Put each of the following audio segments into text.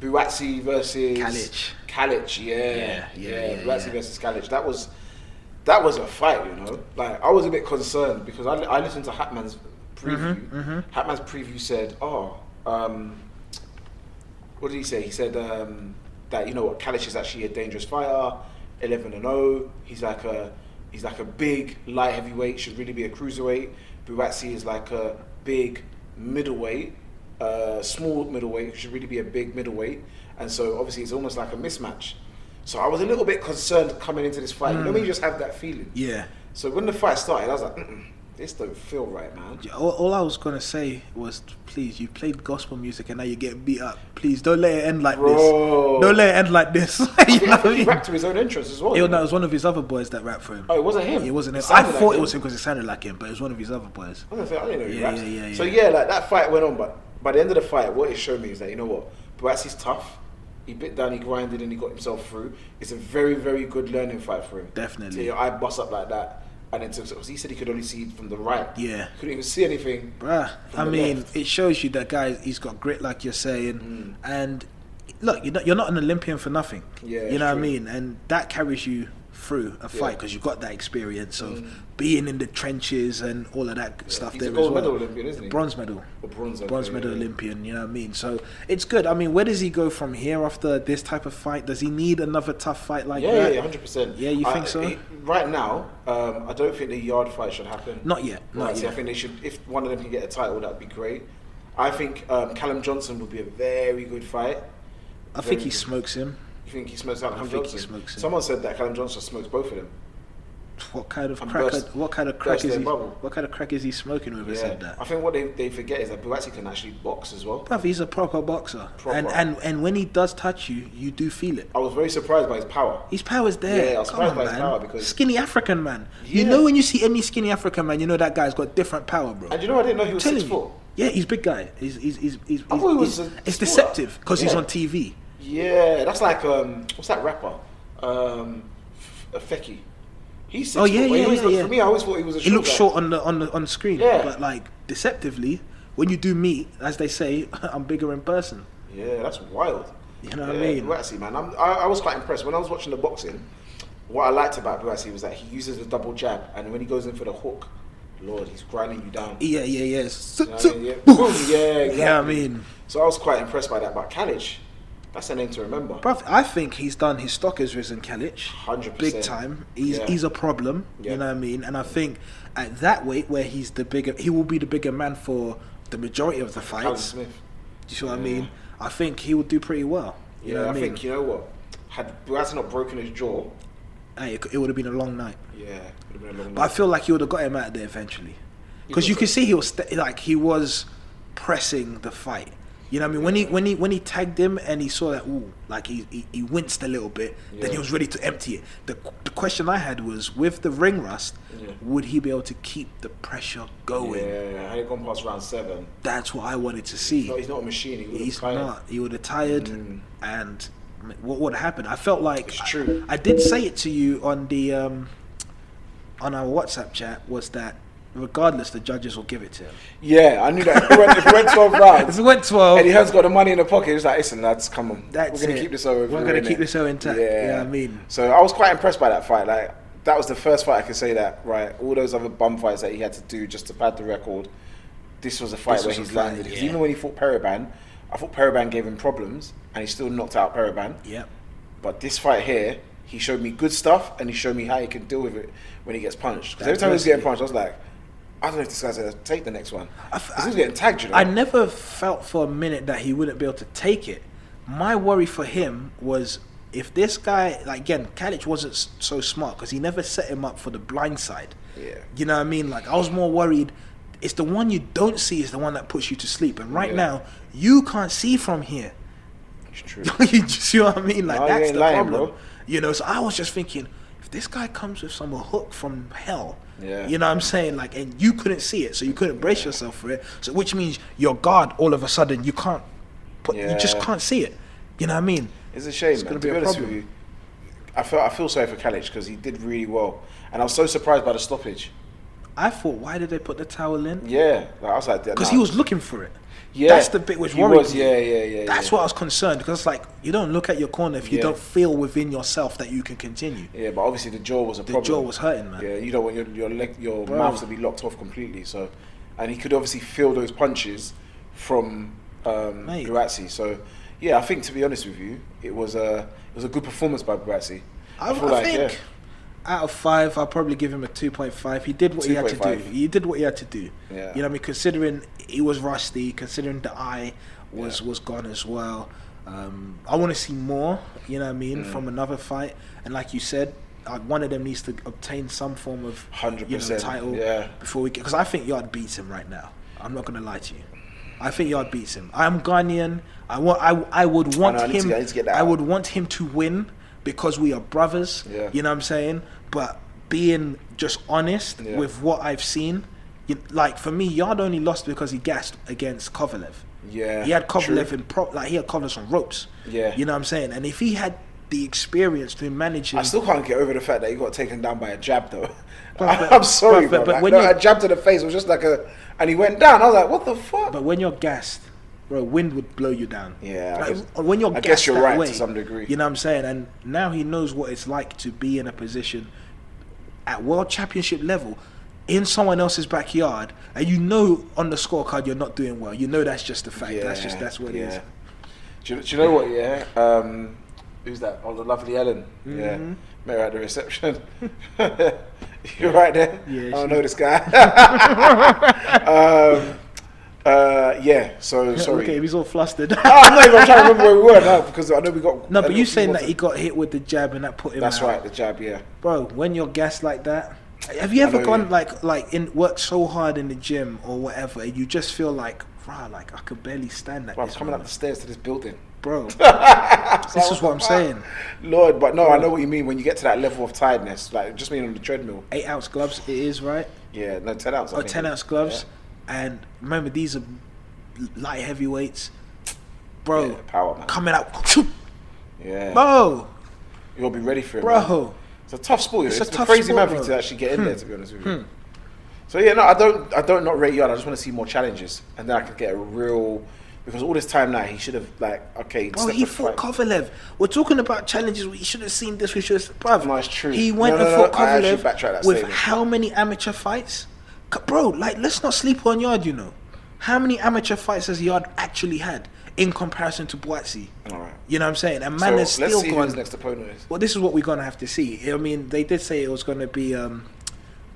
Buatsi versus Kalic. Kalic, yeah, Yeah, yeah, yeah, yeah. yeah, Buatsi yeah. versus Kalic. That was that was a fight, you know. Like I was a bit concerned because I, I listened to Hatman's preview. Mm-hmm, Hatman's preview said, "Oh, um, what did he say? He said um, that you know what, Kalic is actually a dangerous fighter, eleven and zero. He's like a he's like a big light heavyweight, should really be a cruiserweight. Buatsi is like a big middleweight, uh, small middleweight, should really be a big middleweight. And so obviously it's almost like a mismatch. So I was a little bit concerned coming into this fight. You Hmm. know when you just have that feeling. Yeah. So when the fight started, I was like, Mm-mm, this don't feel right, man. Yeah, All, all I was gonna say was, please, you played gospel music and now you get beat up. Please don't let it end like Bro. this. Don't let it end like this. you know I what I think he mean? rapped to his own entrance as well. It, you was- no, know? it was one of his other boys that rapped for him. Oh, it wasn't him. It wasn't him. I sounded like thought it him. was him because it sounded like him, but it was one of his other I boys. was gonna say, I didn't know he Yeah, raps. yeah, yeah, So yeah. yeah, like that fight went on, but by the end of the fight, what it showed me is that you know what, Boatsi's tough. He bit down, he grinded, and he got himself through. It's a very, very good learning fight for him. Definitely. So your eye bust up like that, and then because he said he could only see from the right. Yeah. Couldn't even see anything. Bruh, From I the mean, left. it shows you that guy. He's got grit, like you're saying, and look, you're not, you're not an Olympian for nothing. Mm. Yeah, you know what I true. mean, and that carries you through a fight Yeah. Mm. because you've got that experience of being in the trenches and all of that stuff He's there a gold as well. medal Olympian, isn't he? Bronze medal. Or bronze. Bronze okay, medal yeah. Olympian, you know what I mean? So it's good. I mean, where does he go from here after this type of fight? Does he need another tough fight like Yeah, yeah, that? yeah, hundred percent. Yeah, you think so? right now, um, I don't think the yard fight should happen. Not yet, not Right, so yet. I think they should. If one of them can get a title, that'd be great. I think um, Callum Johnson would be a very good fight. I think Very- he smokes him. You think he smokes out Callum think he Johnson? smokes him. Someone said that Callum Johnson smokes both of them. What kind of And crack? burst- what kind of burst crack is their he? bubble. What kind of crack is he smoking? Whoever said that. I think what they, they forget is that Buatsi can actually box as well. Bruv, he's a proper boxer. Proper. And, and and when he does touch you, you do feel it. I was very surprised by his power. His power's there. Yeah, I was Come surprised on, by his man. power because- skinny African man. You Yeah. know when you see any skinny African man, you know that guy's got different power, bro. And you know, I didn't know he was Telling six you. foot. Yeah, he's big guy. He's he's he's, he's, I thought he was he's- a it's smaller. deceptive because he's Yeah. on TV. Yeah, that's like um, what's that rapper? Um, F- Feki. He's six Oh, yeah, foot, but he yeah, always yeah, looked- yeah. For me, I always thought he was a He short looks guy. short on the on the on screen, Yeah. but like deceptively, when you do meet, as they say, I'm bigger in person. Yeah, that's wild. You know what Yeah, I mean? Bouatsi, man. I'm, I, I was quite impressed. When I was watching the boxing, what I liked about Buatsi was that he uses the double jab, and when he goes in for the hook, Lord, he's grinding you down. Yeah, yeah, yeah. You know what I mean? Yeah, boom, Boom. yeah, You exactly. know what I mean? So I was quite impressed by that. But Kalic, that's a name to remember. Bruv, I think he's done. His stock has risen, Kalic. 100%. Big time. He's Yeah. he's a problem. Yeah. You know what I mean? And I think at that weight, where he's the bigger, he will be the bigger man for the majority of the Callum fights. Do Smith. you see what I Yeah. mean? I think he will do pretty well. You yeah, know I, what I mean? think you know what. Had Buatsi not broken his jaw, Hey, it, would have been a long night. yeah, it would have been a long But I feel like he would have got him out of there eventually, because you would've. could see he was st- like he was pressing the fight. You know what I mean? When he when he when he tagged him and he saw that, ooh, like he he, he winced a little bit. Then he Yeah. was ready to empty it. The, qu- the question I had was, with the ring rust, Yeah. would he be able to keep the pressure going? Yeah, had it gone past round seven, That's what I wanted to see. no, he's not a machine. He would have He's tired. Mm. not. He would have tired, and m- what would happen? I felt like It's true. I, I did say it to you on the um, on our WhatsApp chat was that regardless, the judges will give it to him. Yeah, I knew that. If it went, if it went 12 rounds, If it went twelve, Eddie Hearn's got the money in the pocket. He's like, listen, lads, come on. That's We're going it. to keep this over. We're gonna keep this over intact. You know what I mean? So I was quite impressed by that fight. Like, that was the first fight I could say that, right, all those other bum fights that he had to do just to pad the record, this was a fight This where was a he's fight, landed. 'Cause yeah. even when he fought Periban, I thought Periban gave him problems, and he still knocked out Periban. Yep. But this fight here, he showed me good stuff and he showed me how he can deal with it when he gets punched. Because every time he was getting punched, I was like, I don't know if this guy's going to take the next one. I f- 'Cause he was getting tagged, you know. I never felt for a minute that he wouldn't be able to take it. My worry for him was if this guy, like again, Kalic wasn't s- so smart because he never set him up for the blind side. Yeah. You know what I mean? Like I was more worried. It's the one you don't see is the one that puts you to sleep. And right Yeah. now, you can't see from here. it's true. you see what I mean? Like No, you that's ain't the lying, problem. bro. You know, so I was just thinking, if this guy comes with some hook from hell, Yeah. you know what I'm saying? Like, and you couldn't see it, so you couldn't brace yourself for it. So, which means your guard, all of a sudden, you can't, put, you just Yeah. can't see it. You know what I mean? It's a shame, It's man. gonna to be be a honest problem. with you, I feel, I feel sorry for Kalic because he did really well. And I was so surprised by the stoppage. I thought, why did they put the towel in? Yeah, like, I was like, Because nah. he was looking for it. Yeah, that's the bit which he worried was. me. Yeah, yeah, yeah. That's yeah. what I was concerned because it's like you don't look at your corner if you Yeah. don't feel within yourself that you can continue. Yeah, but obviously the jaw was a The problem. jaw was hurting, man. Yeah, you don't want your your leg, your Bro. mouth to be locked off completely. So, and he could obviously feel those punches from um, Mate. Buratsi. So, yeah, I think to be honest with you, it was a it was a good performance by Buratsi. I, I think out of five, I'll probably give him a two point five. He did what he had to do. 2.5. He did what he had to do. Yeah. You know what I mean? Considering he was rusty, considering the eye was Yeah. was gone as well. Um, I want to see more. You know what I mean? Mm. From another fight, and like you said, uh, one of them needs to obtain some form of hundred you know, percent. title Yeah, before we because I think Yard beats him right now. I'm not gonna lie to you. I think Yard beats him. I'm Ghanaian. I want. I, I would want I need to him. get- I need to get that out. would want him to win because we are brothers. Yeah. You know what I'm saying? But being just honest Yeah. with what I've seen, you, like for me, Yard only lost because he gassed against Kovalev. yeah. He had Kovalev True. in prop like he had Kovalev on ropes. Yeah. You know what I'm saying? And if he had the experience to manage I his still can't get over the fact that he got taken down by a jab, though. But- but- I'm sorry, but- but- but, but when no, you- a jab to the face was just like a, and he went down. I was like, what the fuck? But when you're gassed, bro, wind would blow you down. Yeah, I Like, guess- when you're I gassed guess you're that right to way, some degree. You know what I'm saying? And now he knows what it's like to be in a position at world championship level in someone else's backyard, and you know on the scorecard you're not doing well. You know that's just a fact. that's just that's what it yeah. is. Do you, do you know what? Yeah. Um, who's that? Oh, the lovely Ellen. Yeah. Mhm. Met her at the reception. You're right there. Yeah, I don't she- know this guy. um, uh, yeah. So sorry. Okay, he's all flustered. Ah, I'm not even trying to remember where we were now because I know we got. no, I but know you we saying that wasn't- he got hit with the jab and that put him. That's out. right. The jab. Yeah. bro when you're gassed like that have you I ever know, gone yeah. like like in work so hard in the gym or whatever you just feel like rah like i could barely stand that Well, I'm coming up the stairs to this building. bro It's this like, is what i'm the saying fuck? Lord, but no, I know what you mean when you get to that level of tiredness. Like just mean on the treadmill. eight ounce gloves it is right Yeah. No, ten ounce. I or think. 10 ounce Oh, gloves and remember these are light heavyweights Yeah. bro Yeah, power man. coming out Yeah. bro You'll be ready for it, man. bro It's a tough sport. you know. It's It's, a a, tough crazy sport, man for you bro. Hmm. to actually get in there. To be honest with you. So yeah, no, I don't. I don't not rate Yard. I just want to see more challenges, and then I can get a real. Because all this time now, he should have like okay. Bro, stepped he up fought front. Kovalev. We're talking about challenges. We should have seen this. We should have. Bruv, No, it's true. He went No, no, and fought no, I actually Kovalev backtrack that with statement. how many amateur fights? C- Bro, like, let's not sleep on Yard, you know. How many amateur fights has Yard actually had in comparison to Boatsy? All right. You know what I'm saying? And man So has let's still see who his gone. next opponent is. Well, this is what we're going to have to see. I mean, they did say it was going to be. um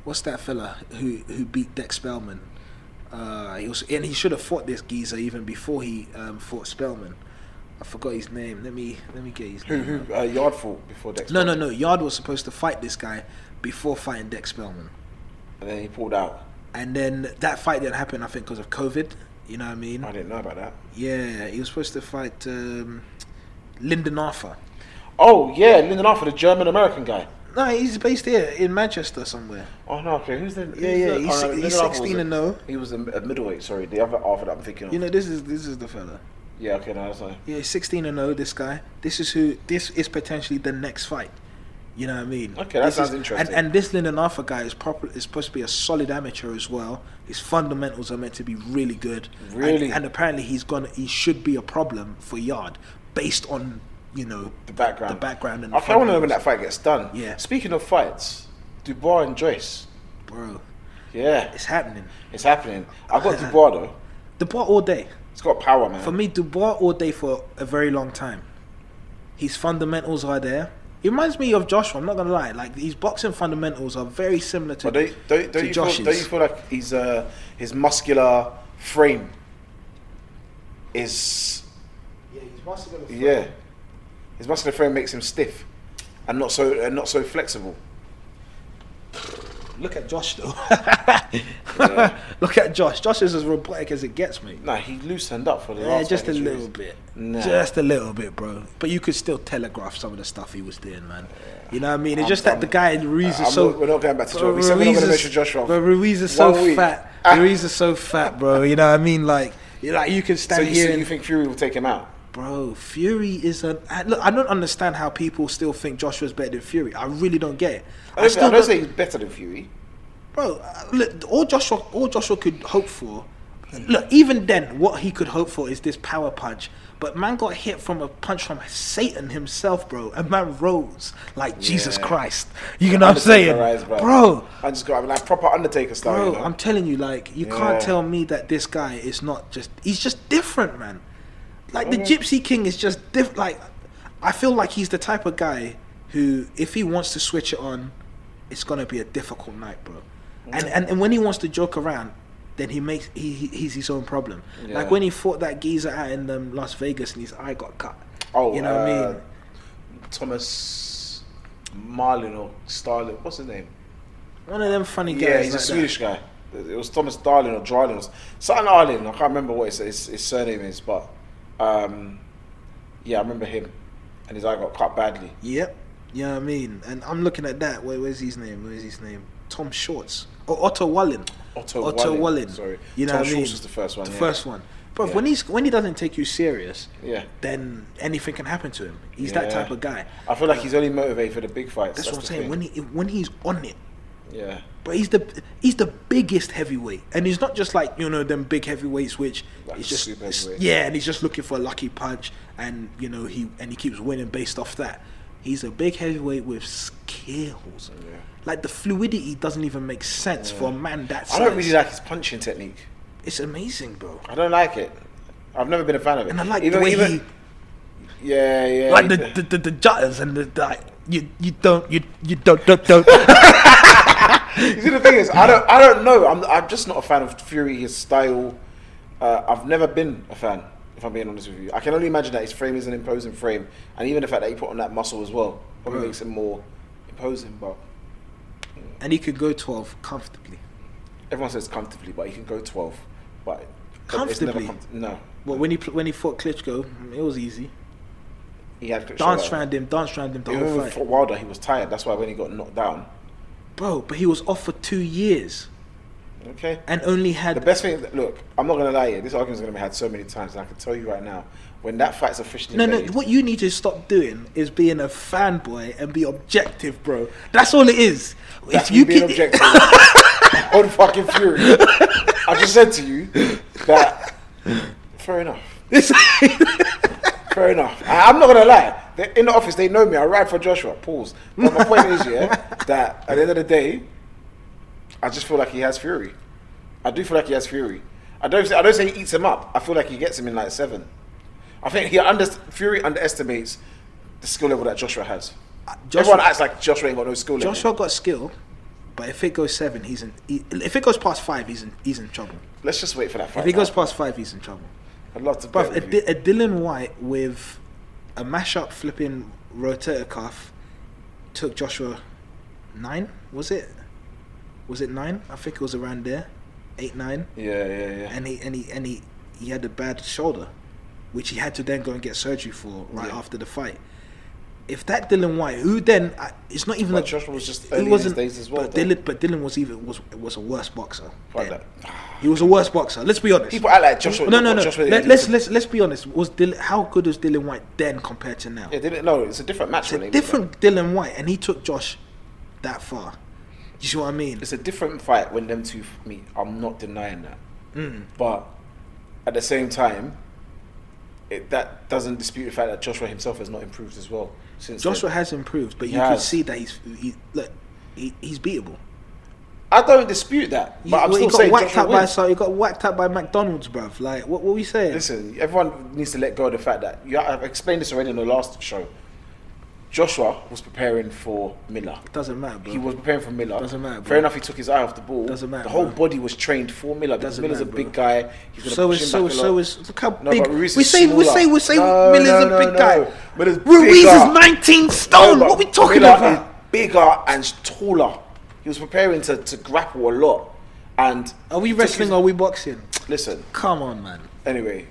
What's that fella who, who beat Dex Spellman? Uh, he was, and he should have fought this geezer even before he um, fought Spellman. I forgot his name. Let me let me get his Who name. up. who uh, Yard fought before Dex? No, no, no. Yard was supposed to fight this guy before fighting Dex Spellman, And then he pulled out. and then that fight didn't happen. I think because of COVID. You know what I mean? I didn't know about that. Yeah, he was supposed to fight um, Lyndon Arthur. Oh yeah, Lyndon Arthur, the German American guy. No, he's based here in Manchester somewhere. Oh no, okay. Who's the? who's Yeah, yeah. the- He's, oh, no, si- he's Lyndon Arthur was 16 a- and no. He was a, a middleweight. Sorry, the other Arthur that I'm thinking of. You know, this is this is the fella. yeah, okay, no, that's not. Yeah, sixteen and zero. This guy. This is who. This is potentially the next fight. You know what I mean? Okay, that This sounds is- interesting. And, and this Lyndon Arthur guy is proper. Is supposed to be a solid amateur as well. His fundamentals are meant to be really good. And- Really? And, apparently he's gonna. He should be a problem for Yard based on you know The background. The background and I the want to know when that fundamentals. fight gets done. Yeah. Speaking of fights, Dubois and Joyce. bro. Yeah, It's happening. it's happening. I've got Dubois though. Dubois all day. It's got power, man. For me, Dubois all day for a very long time. His fundamentals are there. He reminds me of Joshua. I'm not gonna lie. Like his boxing fundamentals are very similar to, but don't, don't, to don't, you feel, Josh's. don't you feel like he's uh, his muscular frame is yeah, he's muscular. yeah, his muscular frame makes him stiff and not so and not so flexible. Look at Josh though. Yeah. Look at Josh. Josh is as robotic as it gets, mate. Nah, he loosened up for the Yeah, last just a fight, little Joyce. bit. Nah. Just a little bit, bro. But you could still telegraph some of the stuff he was doing, man. You know what I mean? It's I'm- just that I'm- the guy Ruiz I'm is so. not- we're not going back to Joshua. Bro, We said we're not Ruiz going to is- mention Joshua. Bro, Ruiz is so One week. fat. Ah. Ruiz is so fat, bro. You know what I mean? Like, you- like you can So stand you, here so and you think Fury will take him out? Bro, Fury is an. I- Look, I don't understand how people still think Joshua's better than Fury. I really don't get it. I don't, still I don't don't- say he's better than Fury. bro. uh, Look, all Joshua, all Joshua could hope for. Look, even then, what he could hope for is this power punch. But man got hit from a punch from Satan himself, bro. And man rose like Jesus Yeah. Christ. You know what I'm saying, Undertaker rise, bro? I just got I mean, like proper Undertaker style. Bro, Oh, you know? I'm telling you, like, you Yeah. can't tell me that this guy is not just. He's just different, man. Like, the Gypsy King is just different. Like, I feel like he's the type of guy who, if he wants to switch it on, it's going to be a difficult night, bro. And, and and when he wants to joke around, then he makes he, he he's his own problem. Yeah. Like when he fought that geezer out in um, Las Vegas and his eye got cut. Oh, you know what I uh, mean? Thomas Marlin or Starlin. What's his name? One of them funny guys. Yeah, he's a like that. Swedish guy. It was Thomas Darling or Darling, something Arlen. I can't remember what his, his, his surname is, but um, yeah, I remember him, and his eye got cut badly. Yep. You know what I mean? And I'm looking at that. Where, where's his name? Where's his name? Tom Shorts. Oh, Otto Wallin. Otto, Otto Wallin. Wallin. Sorry, You know Tom what I Schultz mean? was the first one. The yeah. first one. But Yeah. when he's when he doesn't take you serious, Yeah, then anything can happen to him. He's that Yeah. type of guy. I feel like he's only motivated for the big fights. That's, what I'm the saying. thing. When he when he's on it, yeah, but he's the he's the biggest heavyweight, and he's not just like you know them big heavyweights, which Like he's just super it's- heavyweight. yeah, and he's just looking for a lucky punch, and you know he and he keeps winning based off that. He's a big heavyweight with skills. Yeah. Like the fluidity doesn't even make sense for a man that I size. don't really like his punching technique. it's amazing, bro. I don't like it. I've never been a fan of it. And I like Even- the way even- he Yeah, yeah. like he- the the, the, the jutters and the, the like, you you don't you you don't don't don't. You see, the thing is, I don't, I don't know. I'm, I'm just not a fan of Fury, his style. Uh, I've never been a fan, if I'm being honest with you. I can only imagine that his frame is an imposing frame, and even the fact that he put on that muscle as well probably Mm. makes him more imposing. But and he could go twelve comfortably. everyone says comfortably, but he can go 12. But Comfortably? comf- no, Well, when he pl- when he fought Klitschko, it was easy. he had Dance round him, dance round him the whole Even fight. for Wilder, he was tired. That's why when he got knocked down, Bro, but he was off for two years okay. and only The had best thing, that- look, I'm not gonna lie, here. this argument's gonna be had so many times, and I can tell you right now, when that fight's officially no no. made, What you need to stop doing is being a fanboy and be objective, bro. That's all it is. That's if you me being keep- objective. on fucking fury. I just said to you that. Fair enough. Fair enough. I, I'm not gonna lie. They, in the office, they know me. I ride for Joshua. Pause. But my point is, yeah, that at the end of the day, I just feel like he has fury. I do feel like he has fury. I don't. Say, I don't say he eats him up. I feel like he gets him in like seven. I think he under, Fury underestimates the skill level that Joshua has. Joshua, Everyone acts like Joshua ain't got no skill level. Joshua got skill, but if it goes seven, he's in. He, if it goes past five, he's in. He's in trouble. Let's just wait for that fight. If it now. goes past five, he's in trouble. I'd love to bet But a, with you. Di- a Dylan White with a mashup flipping rotator cuff took Joshua nine. Was it? Was it nine? I think it was around there, eight nine. Yeah, yeah, yeah. and he and he and he, he had a bad shoulder, which he had to then go and get surgery for right Yeah. after the fight. If that Dylan White, who then I- it's not even But like Joshua was just he early in his wasn't- days as well, But though. Dylan, but Dylan was even was was a worse boxer. Fuck then. that. He was a worse boxer. Let's be honest. People act like Joshua- No, no, what no. Joshua Let, did. us let's let's be honest. Was Dylan, how good was Dylan White then compared to now? Yeah, they didn't know. It's a different match. it's when a they were there. different Dylan White, and he took Josh that far. You see what I mean? It's a different fight when them two f- meet. I'm not denying that. Mm. But at the same time, it, that doesn't dispute the fact that Joshua himself has not improved as well since. then. Joshua has improved, but He you can has. see that he's he, look, he, he's beatable. I don't dispute that, but He- I'm well, still he got saying whacked Joshua up by wins. so he got whacked up by McDonald's, bruv. Like what were we saying? Listen, everyone needs to let go of the fact that you, I've explained this already in the last show. Joshua was preparing for Miller. doesn't matter, bro. He was preparing for Miller. Mm. Doesn't matter, bro. Fair enough, he took his eye off the ball. Doesn't matter, The whole bro. body was trained for Miller. Because Doesn't Miller's matter, a bro. big guy. He's gonna so push is him so back is a so lot. is look how No, big but Ruiz we is say we smaller. say we say No, Miller's no, a no, big no. guy. Miller's Ruiz bigger. is 19 No, stone. but what we talking Miller about? Is bigger and taller. He was preparing to, to grapple a lot. And Are we took wrestling his- or are we boxing? listen, Come on, man. anyway,